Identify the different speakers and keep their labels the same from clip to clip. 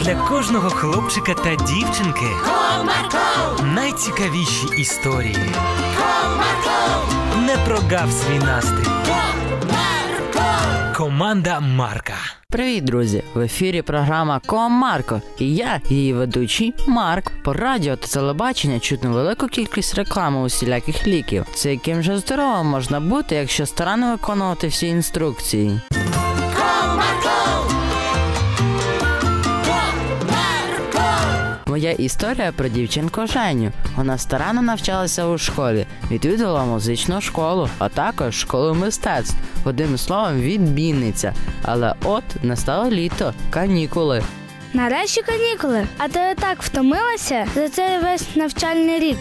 Speaker 1: для кожного хлопчика та дівчинки
Speaker 2: Comarco,
Speaker 1: найцікавіші історії.
Speaker 2: Comarco,
Speaker 1: Не прогав свій настрій.
Speaker 2: Comarco.
Speaker 1: Команда Марка.
Speaker 3: Привіт, друзі! В ефірі програма Комарко. І я, її ведучий Марк. По радіо та телебачення чутно велику кількість реклами усіляких ліків. Це яким же здоровим можна бути, якщо старанно виконувати всі інструкції. Моя історія про дівчинку Женю. Вона старанно навчалася у школі, відвідувала музичну школу, а також школу мистецтв. Одним словом, відмінниця. Але от настало літо, канікули.
Speaker 4: Нарешті канікули. А ти і так втомилася за цей весь навчальний рік.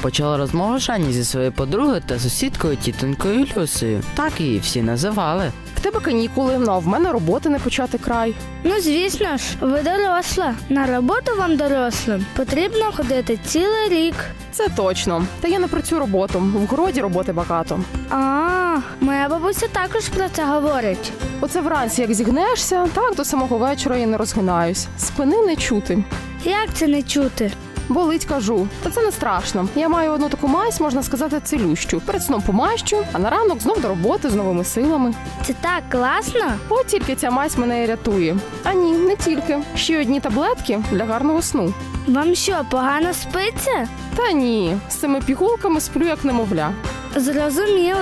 Speaker 3: Почала розмову Жанні зі своєю подругою та сусідкою тітонькою Люсею. Так її всі називали.
Speaker 5: В тебе канікули, ну а в мене роботи не почати край.
Speaker 4: Ну, звісно ж, ви доросла. На роботу вам дорослим потрібно ходити цілий рік.
Speaker 5: Це точно. Та я не про цю роботу. В городі роботи багато.
Speaker 4: А, моя бабуся також про це говорить.
Speaker 5: Оце вранці, як зігнешся, так до самого вечора я не розгинаюсь. Спини не чути.
Speaker 4: Як це не чути?
Speaker 5: Болить кажу, та це не страшно. Я маю одну таку мазь, можна сказати, цілющу. Перед сном помащу, а на ранок знов до роботи з новими силами.
Speaker 4: Це так класно.
Speaker 5: От тільки ця мазь мене і рятує. А ні, не тільки. Ще одні таблетки для гарного сну.
Speaker 4: Вам що, погано спиться?
Speaker 5: Та ні, з цими пігулками сплю як немовля.
Speaker 4: Зрозуміло.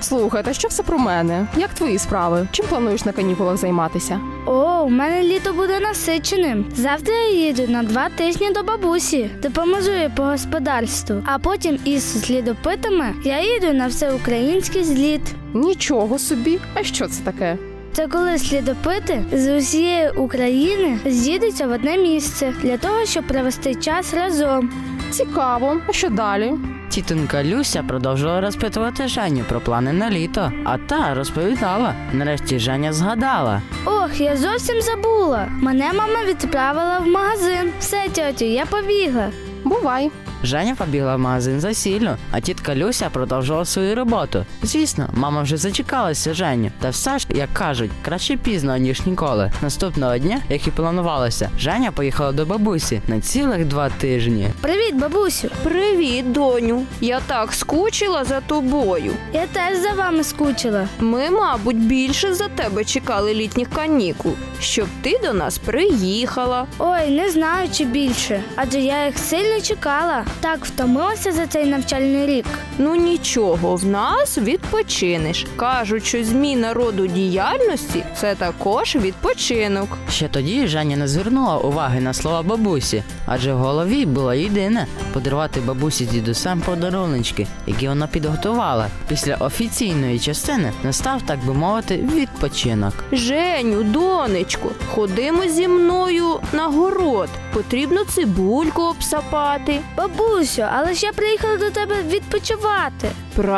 Speaker 5: Слухай, та що все про мене? Як твої справи? Чим плануєш на канікулах займатися?
Speaker 4: О, у мене літо буде насиченим. Завтра я їду на два тижні до бабусі. Допоможу їй по господарству. А потім із слідопитами я їду на всеукраїнський зліт.
Speaker 5: Нічого собі, а що це таке?
Speaker 4: Це коли слідопити з усієї України з'їдуться в одне місце для того, щоб провести час разом.
Speaker 5: Цікаво, а що далі?
Speaker 3: Тітонька Люся продовжила розпитувати Женю про плани на літо, а та розповідала. Нарешті Женя згадала.
Speaker 4: Ох, я зовсім забула. Мене мама відправила в магазин. Все, тьотю, я побігла.
Speaker 5: Бувай.
Speaker 3: Женя побігла в магазин за сіллю, а тітка Люся продовжувала свою роботу. Звісно, мама вже зачекалася Женю. Та все ж, як кажуть, краще пізно, ніж ніколи. Наступного дня, як і планувалося, Женя поїхала до бабусі на цілих два тижні.
Speaker 4: Привіт, бабусю!
Speaker 6: Привіт, доню. Я так скучила за тобою.
Speaker 4: Я теж за вами скучила.
Speaker 6: Ми, мабуть, більше за тебе чекали літніх канікул, щоб ти до нас приїхала.
Speaker 4: Ой, не знаю чи більше, адже я їх сильно чекала. Так втомилася за цей навчальний рік.
Speaker 6: Ну нічого, в нас відпочинеш. Кажуть, що зміна роду діяльності це також відпочинок.
Speaker 3: Ще тоді Женя не звернула уваги на слова бабусі, адже в голові було єдине подарувати бабусі з дідусем подаруночки, які вона підготувала. Після офіційної частини настав, так би мовити, відпочинок.
Speaker 6: Женю, донечку, ходимо зі мною на город. Потрібно цибульку обсапати.
Speaker 4: Бабусю, але ж я приїхала до тебе відпочивати.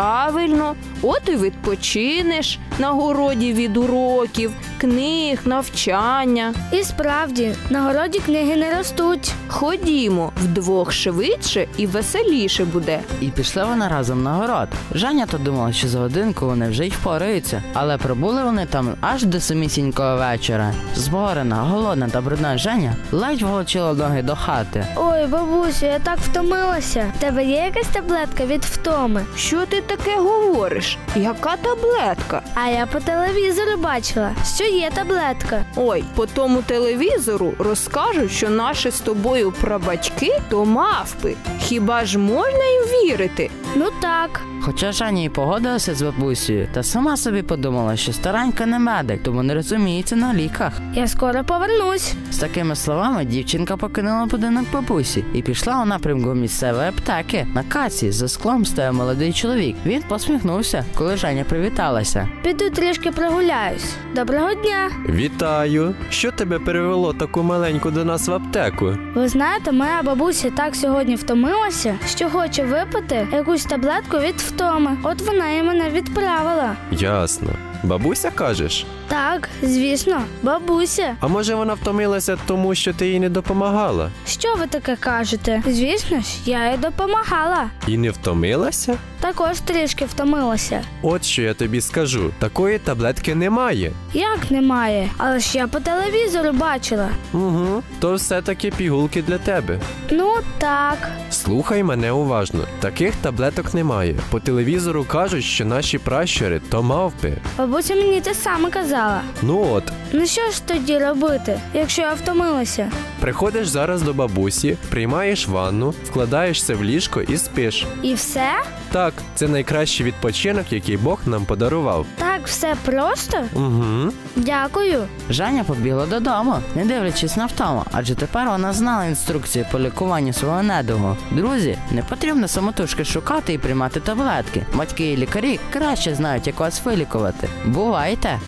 Speaker 6: Правильно, от і відпочинеш на городі від уроків, книг, навчання.
Speaker 4: І справді, на городі книги не ростуть.
Speaker 6: Ходімо вдвох швидше і веселіше буде.
Speaker 3: І пішли вони разом на город. Женя то думала, що за годинку вони вже й впораються, але пробули вони там аж до самісінького вечора. Зборена, голодна та брудна Женя ледь волочила ноги до хати.
Speaker 4: Ой, бабусю, я так втомилася. В Тебе є якась таблетка від втоми?
Speaker 6: Що ти таке говориш? Яка таблетка?
Speaker 4: А я по телевізору бачила, що є таблетка.
Speaker 6: Ой, по тому телевізору розкажуть, що наші з тобою прабатьки то мавпи. Хіба ж можна їм вірити?
Speaker 4: Ну так.
Speaker 3: Хоча Жаня і погодилася з бабусею, та сама собі подумала, що старенька не медик, тому не розуміється на ліках.
Speaker 4: Я скоро повернусь.
Speaker 3: З такими словами дівчинка покинула будинок бабусі і пішла у напрямку місцевої аптеки. На касі за склом стояв молодий чоловік. Він посміхнувся, коли Женя привіталася.
Speaker 4: Піду трішки прогуляюсь. Доброго дня!
Speaker 7: Вітаю! Що тебе перевело таку маленьку до нас в аптеку?
Speaker 4: Ви знаєте, моя бабуся так сьогодні втомилася, що хоче випити якусь таблетку від втоми. От вона і мене відправила.
Speaker 7: Ясно. Бабуся кажеш?
Speaker 4: Так, звісно, бабуся.
Speaker 7: А може вона втомилася тому, що ти їй не допомагала?
Speaker 4: Що ви таке кажете? Звісно ж, я їй допомагала.
Speaker 7: І не втомилася?
Speaker 4: Також трішки втомилася.
Speaker 7: От що я тобі скажу: такої таблетки немає.
Speaker 4: Як немає? Але ж я по телевізору бачила.
Speaker 7: Угу, то все-таки пігулки для тебе.
Speaker 4: Ну так.
Speaker 7: Слухай мене уважно. Таких таблеток немає. По телевізору кажуть, що наші пращури то мавпи.
Speaker 4: Бабуся мені те саме казала.
Speaker 7: Ну от,
Speaker 4: Ну що ж тоді робити, якщо я втомилася?
Speaker 7: приходиш зараз до бабусі, приймаєш ванну, вкладаєшся в ліжко і спиш.
Speaker 4: І все?
Speaker 7: Так, це найкращий відпочинок, який Бог нам подарував.
Speaker 4: Так, все просто?
Speaker 7: Угу.
Speaker 4: Дякую.
Speaker 3: Женя побігла додому, не дивлячись на втому, адже тепер вона знала інструкцію по лікуванню свого недугу. Друзі, не потрібно самотужки шукати і приймати таблетки. Батьки і лікарі краще знають, як вас вилікувати. Бувайте!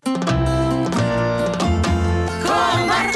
Speaker 2: comarcón.